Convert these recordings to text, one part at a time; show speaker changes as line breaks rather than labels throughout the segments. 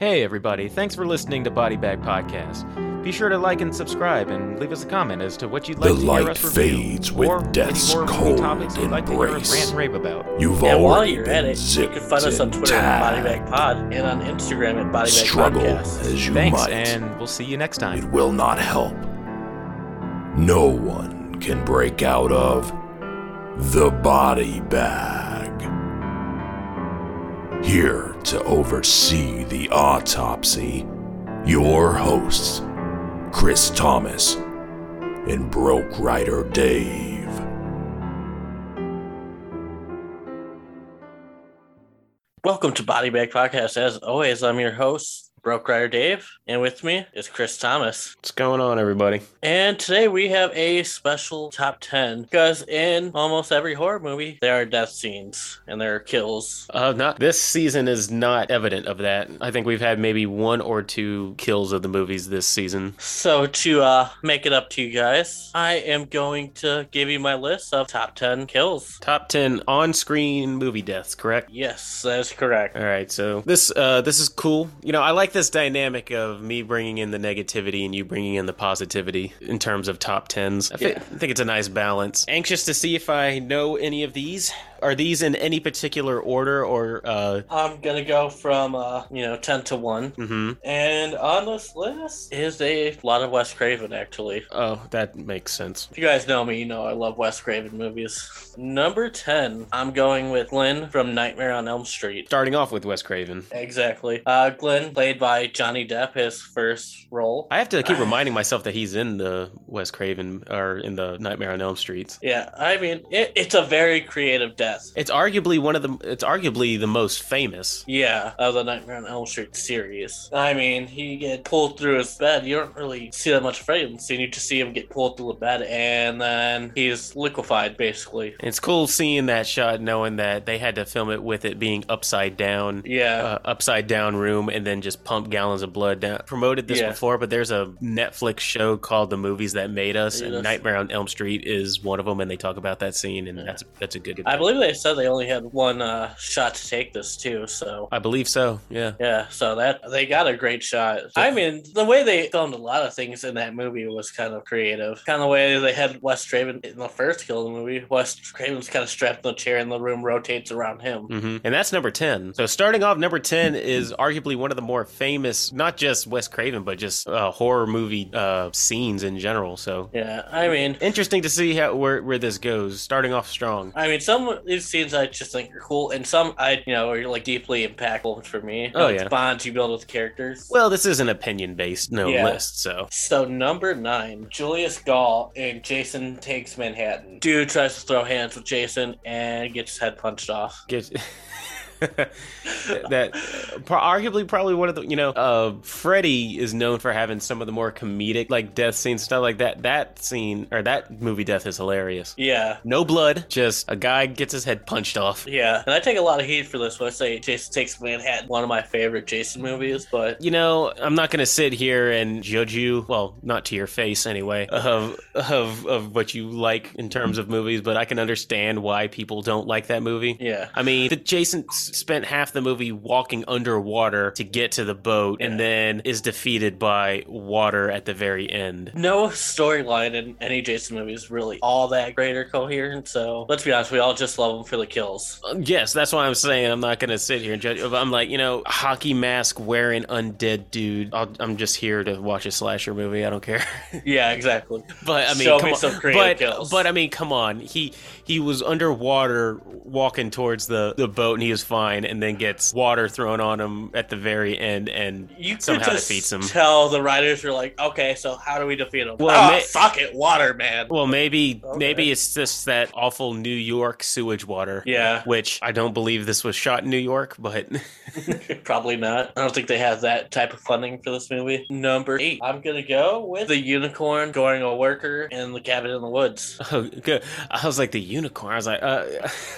Hey, everybody, thanks for listening to Body Bag Podcast. Be sure to like and subscribe and leave us a comment as to what you'd like
The
to hear
light
us review,
fades with
or any
death's
horror movie
cold
topics you'd like to hear us
embrace.
rant and rave about.
You've
And while
already
you're at
been
it, you
zipped
can find us on
and
Twitter at
tagged.
Bodybag Pod and on Instagram at Bodybag
Struggle
Podcast.
as you
Thanks,
might,
and we'll see you next time.
it will not help. No one can break out of the body bag. Here to oversee the autopsy, your hosts, Chris Thomas and Broke Rider Dave.
Welcome to Bodybag Podcast. As always, I'm your host, Broke Rider Dave, and with me is Chris Thomas.
What's going on, everybody?
And today we have a special top 10 because in almost every horror movie, there are death scenes and there are kills.
Uh, not this season is not evident of that. I think we've had maybe one or two kills of the movies this season.
So, to uh, make it up to you guys, I am going to give you my list of top 10 kills.
Top ten on-screen movie deaths, correct?
Yes, that is correct.
All right, so this uh, this is cool. You know, I like this dynamic of me bringing in the negativity and you bringing in the positivity in terms of top tens. I, thi-
Yeah.
I think it's a nice balance. Anxious to see if I know any of these. Are these in any particular order or? Uh,
I'm gonna go from uh, you know ten to one,
mm-hmm.
and on this list is a lot of Wes Craven. Actually,
Oh, that makes sense.
if you guys know me, you know I love Wes Craven movies. Number ten, I'm going with Glenn from Nightmare on Elm Street.
Starting off with Wes Craven.
Exactly. Uh, Glenn, played by Johnny Depp, his first role.
I have to keep reminding myself that he's in the Wes Craven or in the Nightmare on Elm Streets.
Yeah, I mean it, it's a very creative death.
It's arguably one of the it's arguably the most famous.
Yeah, of the Nightmare on Elm Street series. I mean, he get pulled through his bed. You don't really see that much of him. So you need to see him get pulled through the bed, and then he's liquefied, basically.
And It's cool seeing that shot knowing that they had to film it with it being upside down.
Yeah.
Uh, upside down room and then just pump gallons of blood down. Promoted this
Yeah.
before, but there's a Netflix show called The Movies That Made Us, and
Yes.
Nightmare on Elm Street is one of them, and they talk about that scene, and
Yeah.
that's that's a good.
I believe they said they only had one uh, shot to take this, too, so.
I believe so. Yeah.
Yeah, so that they got a great shot. I mean, the way they filmed a lot of things in that movie was kind of creative. Kind of the way they had Wes Craven in the first kill of the movie. Wes Craven's kind of strapped in the chair, and the room rotates around him.
hmm And that's number 10. So, starting off, number 10 is arguably one of the more famous, not just Wes Craven, but just uh, horror movie uh, scenes in general. So,
Yeah, I mean,
interesting to see how where, where this goes. Starting off strong.
I mean, some of these scenes I just think are cool, and some I, you know, are like deeply impactful for me.
Oh,
It's
yeah.
bonds you build with characters.
Well, this is an opinion based no
Yeah.
list. So,
so number nine, Julius Gall and Jason takes Manhattan. Dude tries to throw hands with Jason and gets his head punched off.
get. that pro- arguably probably one of the you know uh freddy is known for having some of the more comedic like death scenes stuff like that that scene or that movie death is hilarious
Yeah.
no blood just a guy gets his head punched off
Yeah, and I take a lot of heat for this when I say Jason Takes Manhattan, one of my favorite Jason movies, but
you know, I'm not going to sit here and judge you. Well, not to your face anyway, of of of what you like in terms of movies, but I can understand why people don't like that movie.
yeah.
I mean, the Jason s- spent half the movie walking underwater to get to the boat, and
Yeah.
then is defeated by water at the very end.
No storyline in any Jason movie is really all that great or coherent, so let's be honest, we all just love him for the kills.
Uh, Yes, that's why I'm saying I'm not going to sit here and judge. I'm like, you know, hockey mask wearing undead dude. I'll, I'm just here to watch a slasher movie. I don't care.
Yeah, exactly.
But I mean,
Show
come
me
on.
some creative
but
kills.
but um, I mean, come on. He he was underwater walking towards the the boat, and he was fine, and then gets water thrown on him at the very end, and
you could
somehow
just
defeats him.
Tell the writers were like, okay, so how do we defeat him?
Well,
Well,
ma-
fuck it, water man.
Well, maybe
Okay.
maybe it's just that awful New York sewage water.
Yeah.
Which I don't believe this was shot in New York, but
Probably not. I don't think they have that type of funding for this movie. Number eight, I'm gonna go with the unicorn going a worker in the cabin in the woods.
oh, good. I was like the unicorn. I was like, uh,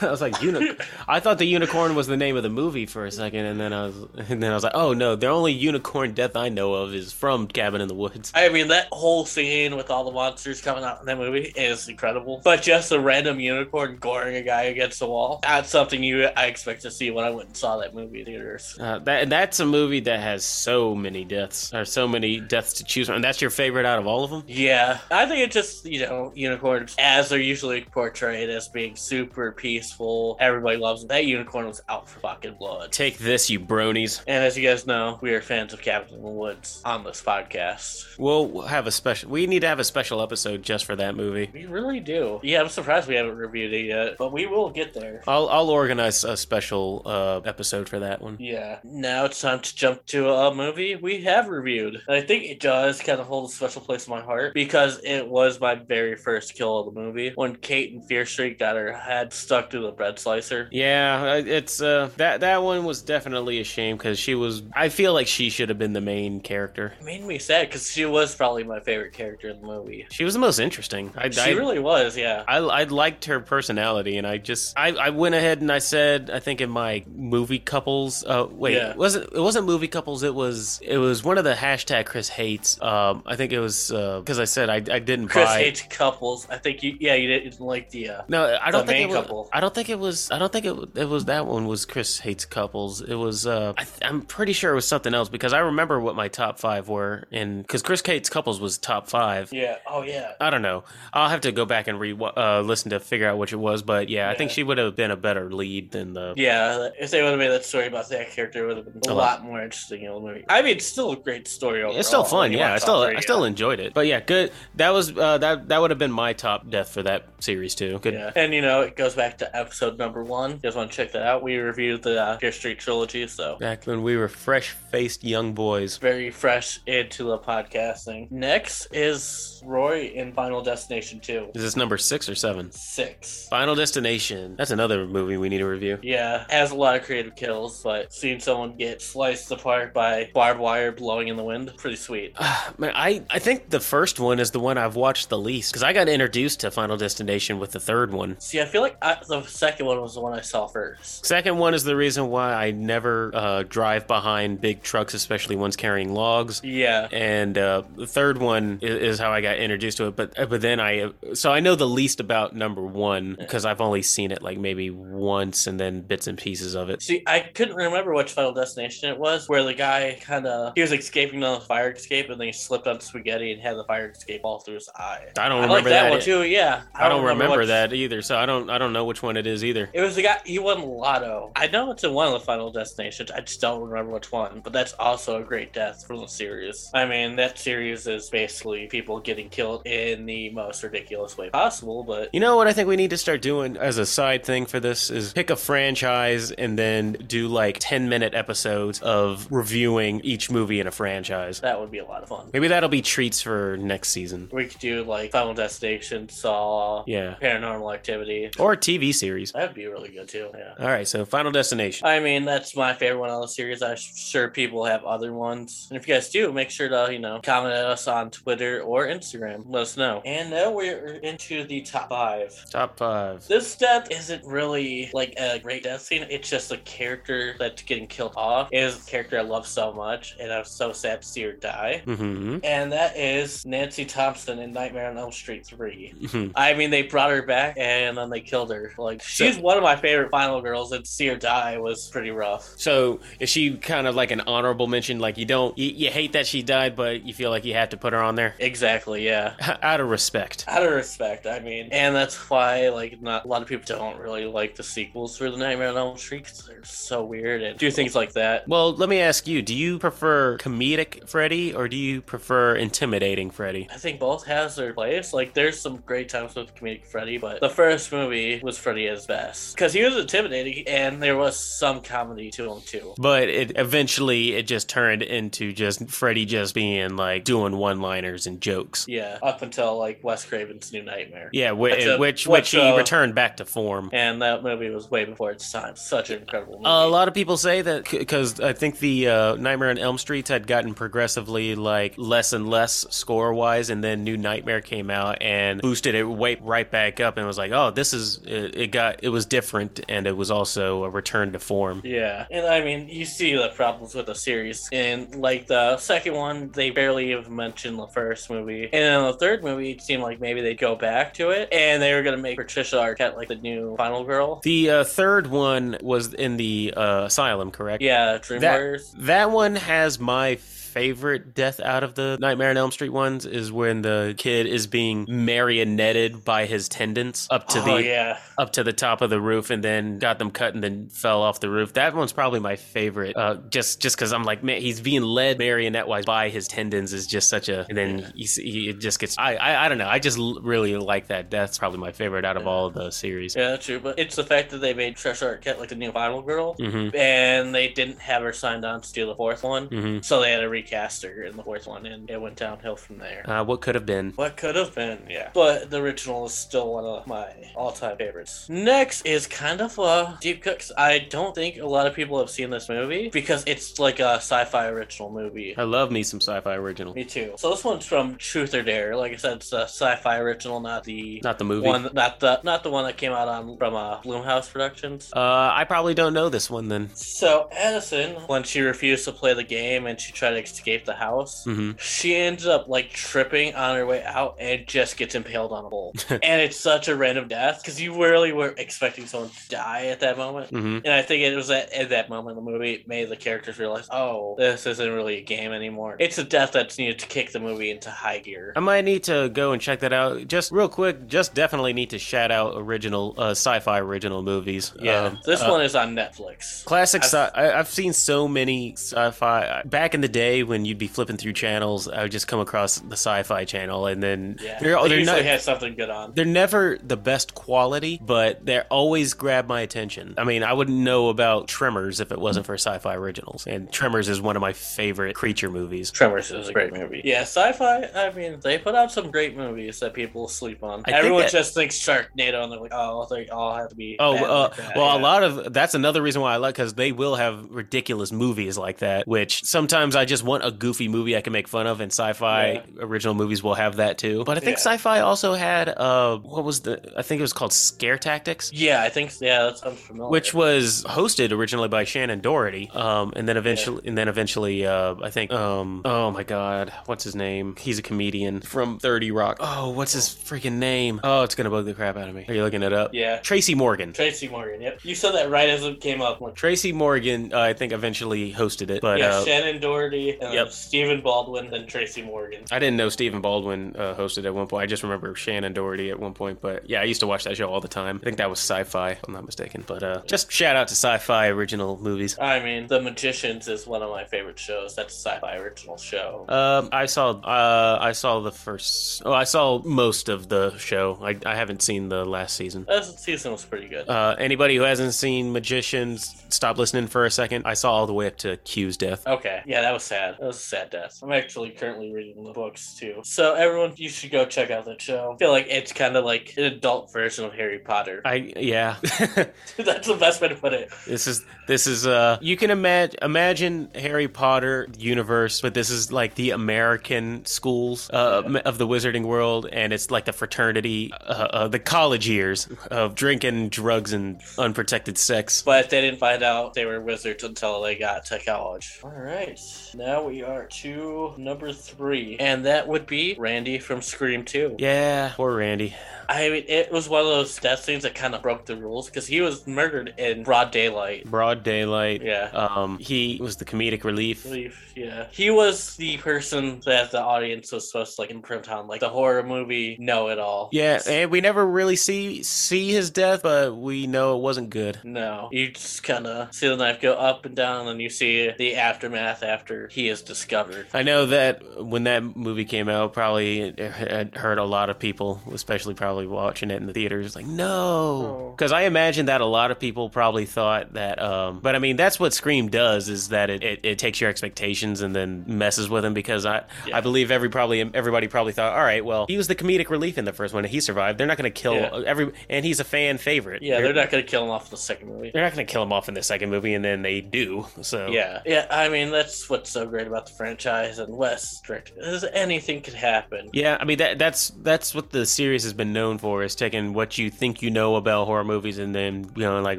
I was like unicorn. I thought the unicorn was the name of the movie for a second, and then I was, and then I was like, oh no, the only unicorn death I know of is from Cabin in the Woods.
I mean, that whole scene with all the monsters coming out in that movie is incredible. But just a random unicorn goring a guy against the wall, that's something you I expect to see when I went and saw that movie in theaters.
Uh, that that's a movie that has so many deaths or so many deaths to choose from. And that's your favorite out of all of them.
Yeah, I think it's just, you know, unicorns as they're usually portrayed as being super peaceful. Everybody loves them. That unicorn was out for fucking blood.
Take this, you bronies.
And as you guys know, we are fans of Cabin in the Woods on this podcast.
We'll have a special. We need to have a special episode just for that movie.
We really do. Yeah, I'm surprised we haven't reviewed it yet, but we will get there.
I'll I'll organize a special uh, episode for that one.
Yeah. Now it's time to jump to a movie we have reviewed. And I think it does kind of hold a special place in my heart because it was my very first kill of the movie when Kate and Fear Street got her head stuck to the bread slicer.
Yeah, it's uh that that one was definitely a shame because she was. I feel like she should have been the main character.
It made me sad because she was probably my favorite character in the movie.
She was the most interesting. I,
She
I,
really was, yeah.
I, I liked her personality, and I just I, I went ahead and I said I think in my movie couples. Uh, wait,
Yeah.
it wasn't it wasn't movie couples? It was it was one of the hashtag Chris hates. Um, I think it was because I said I, I didn't
Chris
buy.
hates couples. I think you, yeah, you didn't like the. Uh,
no, I don't
the
think
main
it was,
couple.
I don't think it was. I don't think it, it was that one. Was Chris hates couples? It was. Uh, I, th- I'm pretty sure it was something else because I remember what my top five were, and because Chris hates couples was top five.
yeah. Oh, yeah.
I don't know. I'll have to go back and re uh, listen to figure out which it was, but yeah, I think
Yeah.
she would have been a better lead than the.
Yeah, if they would have made that story about that character, it would have been a,
A
lot.
lot.
more interesting in the movie. I mean, it's still a great story overall.
It's still fun,
You
Oh, yeah.
watch
I
all
still
three,
I still
yeah.
enjoyed it, but yeah, good. That was uh, that that would have been my top death for that series too. Good.
Yeah. And you know, it goes back to episode number one. You guys want to check that out? We reviewed the uh, Fear Street trilogy, so
Back when we were fresh faced young boys.
very fresh into the podcasting. Next is Roy in Final Destination 2.
Is this number six or seven?
Six.
Final Destination. That's another movie we need to review.
Yeah, has a lot of creative kills, but seeing someone get sliced apart by barbed wire blowing in the wind, pretty sweet.
Ah, Man, I, I think the first one is the one I've watched the least because I got introduced to Final Destination with the third one.
See, I feel like I, the second one was the one I saw first.
Second one is the reason why I never uh, drive behind big trucks, especially ones carrying logs.
Yeah.
And uh, the third one is, is how I got introduced to it, but uh, but then I so I know the least about number one because I've only seen it like maybe once and then bits and pieces of it.
See, I couldn't remember which Final Destination it was, where the guy kind of he was escaping on the fire escape, and then he slipped on spaghetti and had the fire escape all through his eye.
I don't
I
remember
like that,
that. e-
one too. Yeah,
I don't remember
which-
that either, so I don't I don't know which one it is either.
It was the guy he won Lotto. I know it's in one of the Final Destinations. I just don't remember which one, but that's also a great death from the series. I mean, that series is basically people getting killed in the most ridiculous way possible, but.
You know what I think we need to start doing as a side thing for this is pick a franchise and then do like 10 minute episodes of reviewing each movie in a franchise.
That would be a lot of fun.
Maybe that'll be treats for next season.
We could do like Final Destination, Saw,
Yeah.
Paranormal Activity.
Or a TV series.
That'd be really good too. Yeah.
All right, so Final Destination.
I mean, that's my favorite one on the series. I'm sure people have other ones. And if you guys do, make sure to, you know, comment at us on Twitter or Instagram. Let us know. And now we're into the top five.
Top five.
This death isn't really like a great death scene. It's just a character that's getting killed off. It is a character I love so much, and I'm so sad to see her die.
Mm-hmm.
And that is Nancy Thompson in Nightmare on Elm Street 3.
Mhm.
I mean, they brought her back and then they killed her. Like,
So-
she's one of my favorite final girls, and to see her die was pretty rough.
So is she kind of like an honorable mention? Like you don't, you, you hate that she died, but you feel like you have to put her on there
Exactly, yeah.
out of respect.
Out of respect, I mean, and that's why like not a lot of people don't really like the sequels for the Nightmare on Elm Street 'cause they're so weird and do things like that.
Well, let me ask you: Do you prefer comedic Freddy or do you prefer intimidating Freddy?
I think both has their place. Like, there's some great times with comedic Freddy, but the first movie was Freddy at his best because he was intimidating, and there was some comedy to him too.
But it eventually it just turned into just Freddy just being like doing one-liners and jokes.
Yeah, up until like Wes Craven's New Nightmare.
Yeah,
That's a-
whi- which
what's,
which he
uh,
returned back to form.
and that movie was way before its time. Such an incredible movie.
A lot of people say that because I think the uh, Nightmare on Elm Street had gotten progressively like less and less score wise, and then New Nightmare came out and boosted it way right back up, and was like, oh, this is it, it got it was different, and it was also show a return to form.
Yeah, and I mean, you see the problems with the series, and like the second one, they barely even mentioned the first movie, and then the third movie, it seemed like maybe they'd go back to it, and they were gonna make Patricia Arquette like the new final girl.
The uh, third one was in the uh, asylum, correct?
Yeah, Dream
That-
Warriors.
That one has my favorite death out of the Nightmare on Elm Street ones is when the kid is being marionetted by his tendons up to
oh
the
yeah,
up to the top of the roof and then got them cut and then fell off the roof. That one's probably my favorite. Uh, just just because I'm like, man, he's being led marionette wise by his tendons is just such a. And then he, he it just gets. I, I I don't know. I just l- really like that. That's probably my favorite out of all of the series.
yeah, that's true. But it's the fact that they made Patricia Arquette like the new final girl,
hmm
and they didn't have her signed on to do the fourth one,
hmm
so they had to recast her in the fourth one, and it went downhill from there.
Uh, what could have been?
What could have been, yeah. But the original is still one of my all time favorites. Next is kind of uh, Deep Cooks. I don't think a lot of people have seen this movie because it's like a sci fi original movie.
I love me some sci-fi original,
Me too. So this one's from Truth or Dare. Like I said, it's a sci fi original, not the.
not the movie.
One not the not the one that came out on from uh, Bloomhouse Productions.
Uh, I probably don't know this one then.
So Addison, when she refused to play the game and she tried to escape the house,
Mhm.
she ends up like tripping on her way out and just gets impaled on a pole. and it's such a random death because you really were expecting someone to die at that moment.
Mhm.
And I think it was at, at that moment in the movie it made the characters realize, oh, this isn't really a game anymore. It's a death that's needed to kick the movie into high gear.
I might need to go and check that out. Just real quick, just definitely need to shout out original uh, sci-fi original movies.
yeah,
Um,
this
uh,
one is on Netflix.
Classic
I've-
sci I, I've seen so many sci fi. Back in the day when you'd be flipping through channels, I would just come across the sci fi channel, and then
Yeah,
they're,
they
oh, they're,
usually
not,
has something good on.
they're never the best quality, but they always grab my attention. I mean, I wouldn't know about Tremors if it
Mm.
wasn't for sci fi originals, and Tremors is one of my favorite creature movies.
Tremors is a great movie. Yeah, sci-fi. I mean, they put out some great movies that people sleep on.
think
Everyone
that-
just thinks Sharknado, and they're like, "Oh, they all have to be."
Oh,
bad
uh,
like that."
well, a
Yeah.
lot of that's another reason why I like because they will have ridiculous movies like that, which sometimes I just want a goofy movie I can make fun of, and sci fi
Yeah.
original movies will have that too. But I think
Yeah.
sci fi also had, uh, what was the, I think it was called Scare Tactics.
Yeah, I think yeah, that sounds familiar.
Which was hosted originally by Shannon Doherty, um, and then eventually, and then eventually, uh, I think, um, oh my God, what's his name? He's a comedian from Thirty Rock. Oh, what's his freaking name? Oh, it's gonna bug the crap out of me. Are you looking it up?
Yeah,
Tracy Morgan.
Tracy Morgan. Yep, you said that right as it came up. Like,
Tracy Morgan, uh, I think, eventually hosted it, but
yeah,
uh,
Shannon Doherty, and
Yep.
then Stephen Baldwin, then Tracy Morgan.
I didn't know Stephen Baldwin uh, hosted at one point. I just remember Shannon Doherty at one point, but yeah, I used to watch that show all the time. I think that was Sci-Fi, if I'm not mistaken. But uh, just shout out to Sci-Fi original movies.
I mean, The Magicians is one of my favorite shows. That's a sci-fi original show.
Um, I saw, uh, I saw the first. Oh, I saw most of the show. I, I haven't seen the last season.
that season was pretty good.
Uh, anybody who hasn't seen Magicians, stop listening for a second. I saw all the way up to Q's death.
Okay. Yeah, that was sad. That was a sad death. I'm actually currently reading the books too. So everyone, you should go check out that show. I feel like it's kind of like an adult version of Harry Potter.
I yeah.
That's the best way to put it.
This is this is uh you can imagine imagine Harry Potter universe, but this is like the American schools uh, m- of the wizarding world, and it's like the fraternity, uh, uh, the college years of drinking, drugs, and unprotected sex.
But they didn't find out they were wizards until they got to college. All right. Now we are to number three, and that would be Randy from Scream Two.
Yeah, poor Randy.
I mean, it was one of those death scenes that kind of broke the rules because he was murdered in broad daylight.
Broad daylight.
Yeah.
Um, he was the comedic relief.
believe, yeah. He was the person that the audience was supposed to like imprint on, like the horror movie Know It All.
Yeah, and we never really see see his death, but we know it wasn't good.
No, you just kind of see the knife go up and down, and you see the aftermath after he is discovered.
I know that when that movie came out, probably it it hurt a lot of people, especially probably watching it in the theaters. Like, no,
Oh.
because I imagine that a lot of people probably thought that. Um, but I mean, that's what Scream does is that it, it, it takes your expectations and then messes with them. Because I
Yeah.
I believe every probably everybody probably thought, all right, well, he was the comedic relief in the first one, and he survived. They're not going to kill
Yeah.
every, and he's a fan favorite.
Yeah, they're not gonna kill him off in the second movie.
They're not going to kill him off in the second movie, and then they do. So
Yeah, yeah. I mean, that's what's so great about the franchise and Wes directed. This- Anything could happen.
Yeah, I mean that that's that's what the series has been known for is taking what you think you know about horror movies and then you know like,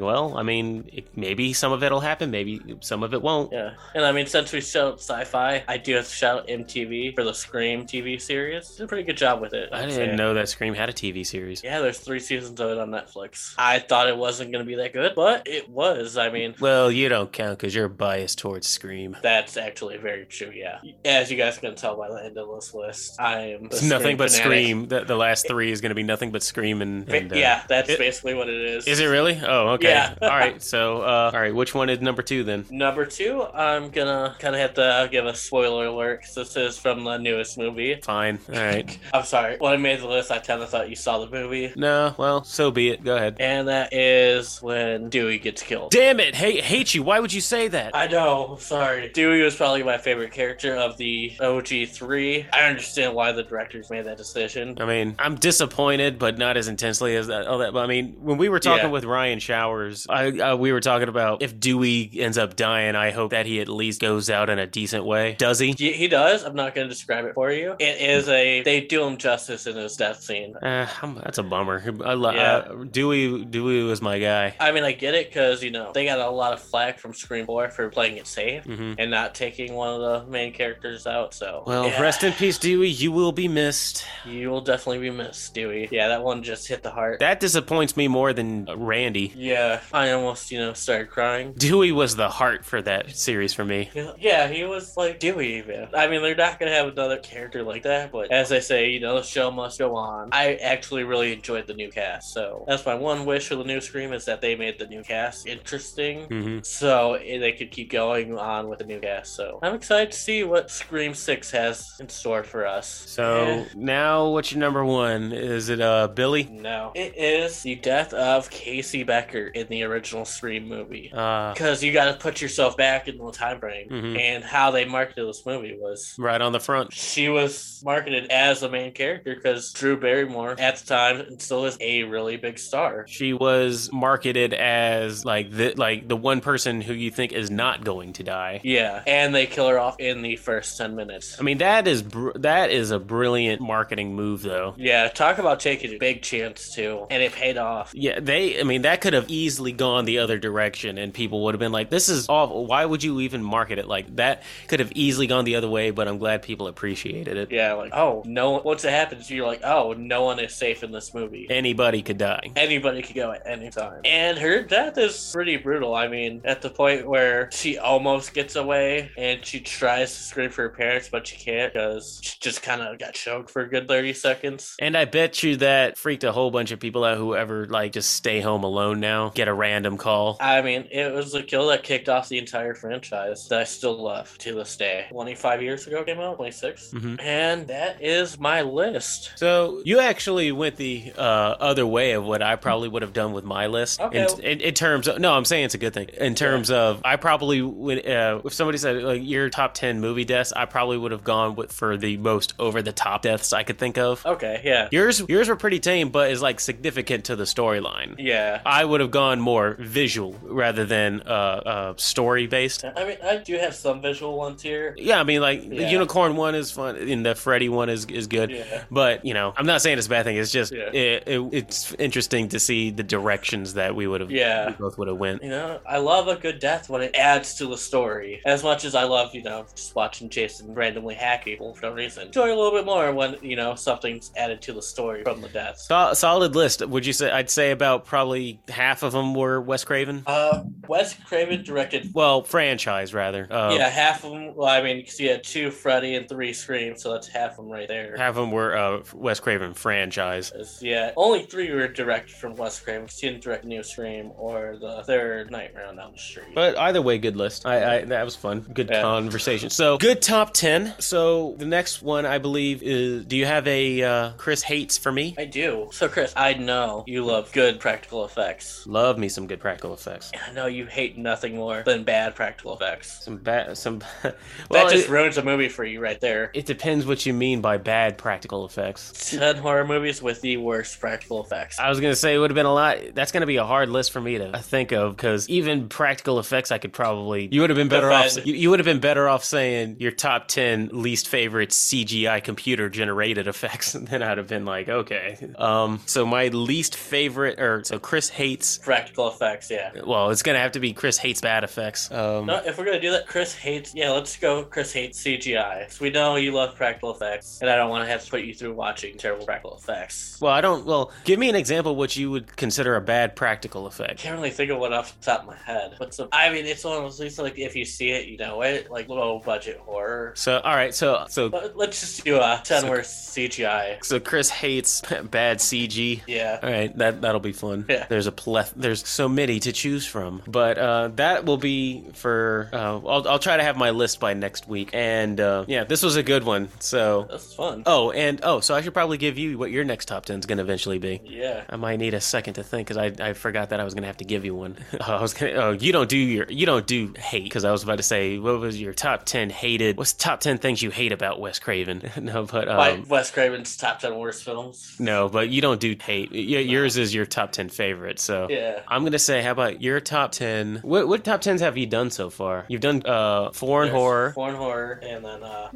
well, I mean, it, maybe some of it'll happen, maybe some of it won't.
Yeah, and I mean, since we showed sci-fi, I do have to shout out MTV for the Scream TV series. Did a pretty good job with it.
I
I'd
didn't
say.
know that Scream had a TV series.
Yeah, there's three seasons of it on Netflix. I thought it wasn't going to be that good, but it was. I mean,
Well, you don't count because you're biased towards Scream.
that's actually very true. Yeah, as you guys can tell by the end of this list, I am
It's nothing but
fanatic.
Scream. The, the last three is going to be nothing but Scream and,
Ba-
and, uh,
yeah, that's
it-
basically what it is.
Is it really? Oh, okay.
Yeah.
all right. So, uh, all right. Which one is number two then?
Number two, I'm gonna kind of have to give a spoiler alert. 'cause This is from the newest movie.
Fine. All right.
I'm sorry. When I made the list, I kind of thought you saw the movie,
No. Well, so be it. Go ahead.
and that is when Dewey gets killed.
Damn it! Hate, hate you. Why would you say that?
I know. Sorry. Dewey was probably my favorite character of the OG three. I understand why the directors made that decision.
I mean, I'm disappointed, but not as intensely as that, all that. But I mean, when we were talking
Yeah.
with Ryan Showers, I, I we were talking about if Dewey ends up dying, I hope that he at least goes out in a decent way. Does he?
He, he does. I'm not gonna describe it for you. It is a. They do him justice in his death scene.
Uh, I'm- that's a bummer. I, lo-
Yeah.
uh, Dewey Dewey was my guy.
I mean, I get it because you know they got a lot of flack from Screenboy for playing it safe.
hmm
and not taking one of the main characters out. So
Well,
yeah,
rest in peace, Dewey. You will be missed.
You will definitely be missed, Dewey. Yeah, that one just hit the heart.
That disappoints me more than uh, Randy.
yeah, I almost you know started crying.
Dewey was the heart for that series for me.
Yeah, he was like Dewey. Even I mean, they're not gonna have another character like that. But as I say, you know, the show must go on. I actually really enjoyed the new cast. So that's my one wish for the new Scream is that they made the new cast interesting.
hmm
So eh, they could keep going on with the new cast. So I'm excited to see what Scream Six has in store for us.
So
Yeah.
now, what's your number one? Is it uh Billy?
No. It is the death of Casey Becker in the original Scream movie.
Uh,
Because you got to put yourself back in the time frame.
Mhm.
And how they marketed this movie was
right on the front.
she was marketed as the main character because Drew Barrymore at the time and still is a really big star.
She was marketed as like the like the one person who you think is not going to die.
Yeah. And they kill her off in the first 10 minutes.
I mean, that is br- that is a brilliant marketing move, though.
yeah, talk about taking a big chance too. And it paid off.
Yeah, they. I mean, that could have easily gone the other direction, and people would have been like, "This is awful. Why would you even market it like that?" Could have easily gone the other way, but I'm glad people appreciated it.
Yeah, like, oh, no one. Once it happens, you're like, oh, no one is safe in this movie.
Anybody could die.
anybody could go at any time. And her death is pretty brutal. I mean, at the point where she almost gets away and she tries to scream for her parents, but she can't because she just kind of got choked for a good 30 seconds.
And I bet you that freaked a whole bunch of people out who ever like just stay home alone now, get a random call.
I mean, it was the kill that kicked off the entire franchise that I still love to this day. 25 years ago it came out, 26.
Mhm.
And that is my list.
So you actually went the uh, other way of what I probably would have done with my list.
Okay.
In, in, in terms of no, I'm saying it's a good thing. In terms of I probably would uh, if somebody said like your top ten movie deaths, I probably would have gone with, for the most over the top deaths I could think of.
Okay, yeah.
Yours yours were pretty tame, but is like significant to the storyline.
Yeah.
I would have gone more visual rather than uh, uh, story based.
I mean, I do have some visual ones here.
Yeah, I mean, like the
Yeah.
unicorn one is fun, and the Freddy one is is good.
Yeah.
But you know, I'm not saying it's a bad thing. It's just
Yeah.
it, it, it's interesting to see the directions that we would have.
Yeah.
we both would have went.
You know, I love a good death when it adds to the story. As much as I love, you know, just watching Jason randomly hack people for no reason. Enjoy a little bit more when, you know, something's added to the story from the deaths.
Sol- solid list. Would you say? I'd say about probably half of them were Wes Craven.
Uh, Wes Craven directed,
well, franchise rather. Uh,
yeah, half of them. Well, I mean, 'cause he had two Freddy and three Scream, so that's half of them right there.
Half of them were uh, Wes Craven franchise.
It's- Yeah, only three were directed from Wes Craven. 'cause He didn't direct New Scream or the third Night Round on the Street.
But either way, good list. I, I that was fun. Good
Yeah.
conversation. So good top ten. So the next one I believe is. Do you have a uh, Chris hates for me?
I do. So, Chris, I know you love good practical effects.
Love me some good practical effects.
I know you hate nothing more than bad practical effects.
Some bad, some. well,
That just
it,
ruins a movie for you right there.
it depends what you mean by bad practical effects.
10 horror movies with the worst practical effects.
I was gonna say it would have been a lot. That's gonna be a hard list for me to think of because even practical effects, I could probably. You would have been better off.
Defend.
You, you would have been better off saying your top 10 least favorite CGI computer generated effects than I'd have been like, okay. Um, so my least favorite, or so Chris hates,
Practical effects, yeah.
well, it's going to have to be Chris hates bad effects. Um,
No, if we're gonna do that, Chris hates. Yeah, let's go. Chris hates CGI. So we know you love practical effects, and I don't want to have to put you through watching terrible practical effects.
Well, I don't. Well, give me an example of what you would consider a bad practical effect.
Can't really think of one off the top of my head. But some, I mean, it's one of those things like if you see it, you know it. Like low budget horror.
So, all right. So, so,
But let's just do a ten worst CGI.
so Chris hates bad CG.
Yeah.
All right, that that'll be fun.
Yeah.
There's a pleth. There's so many to choose from, but uh, that will be for. Uh, I'll I'll try to have my list by next week. And uh, yeah, this was a good one. So.
That's fun.
Oh, and oh, so I should probably give you what your next top ten is going to eventually be.
Yeah.
I might need a second to think because I, I forgot that I was gonna have to give you one. I was gonna oh you don't do your you don't do hate because I was about to say what was your top ten hated what's top ten things you hate about Wes Craven? no, but um,
Why Wes Craven's top ten worst films.
no, but you don't do hate. Y- yours is your top ten favorite. So
Yeah.
I'm gonna say how about your top ten? What what top tens have you done so far? You've done uh foreign
There's
horror.
Foreign horror, and then uh.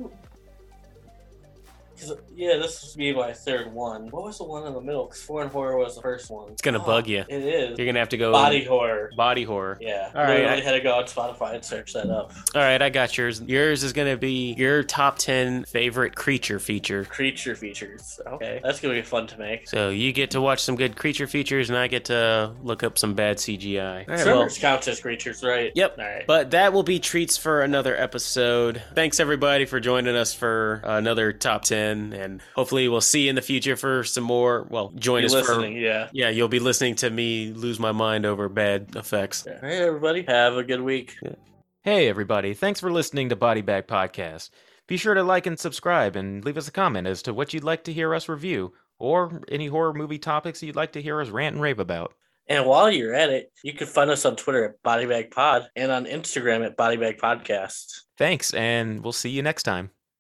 'cause, Yeah, this would be my third one. What was the one in the middle? Because foreign horror was the first one. It's
gonna bug ya.
It is.
You're gonna have to go
Body horror.
body horror.
Yeah.
All right,
Literally
I-
had to go on Spotify and search that up.
All right, I got yours. Yours is gonna be your top ten favorite creature feature.
Creature features. Okay. That's gonna be fun to make.
So you get to watch some good creature features, and I get to look up some bad CGI. All right, well,
Servers counts as creatures, right?
Yep.
All right.
But that will be treats for another episode. Thanks everybody for joining us for another top ten, and hopefully we'll see you in the future for some more. Well, join
you
us
listening,
for
yeah.
yeah. You'll be listening to me lose my mind over bad effects.
All right, everybody. Have a good week.
Hey, everybody, thanks for listening to Body Bag Podcast. Be sure to like and subscribe and leave us a comment as to what you'd like to hear us review or any horror movie topics you'd like to hear us rant and rave about.
And while you're at it, you can find us on Twitter at Bodybag Pod and on Instagram at Bodybag Podcast.
Thanks, and we'll see you next time.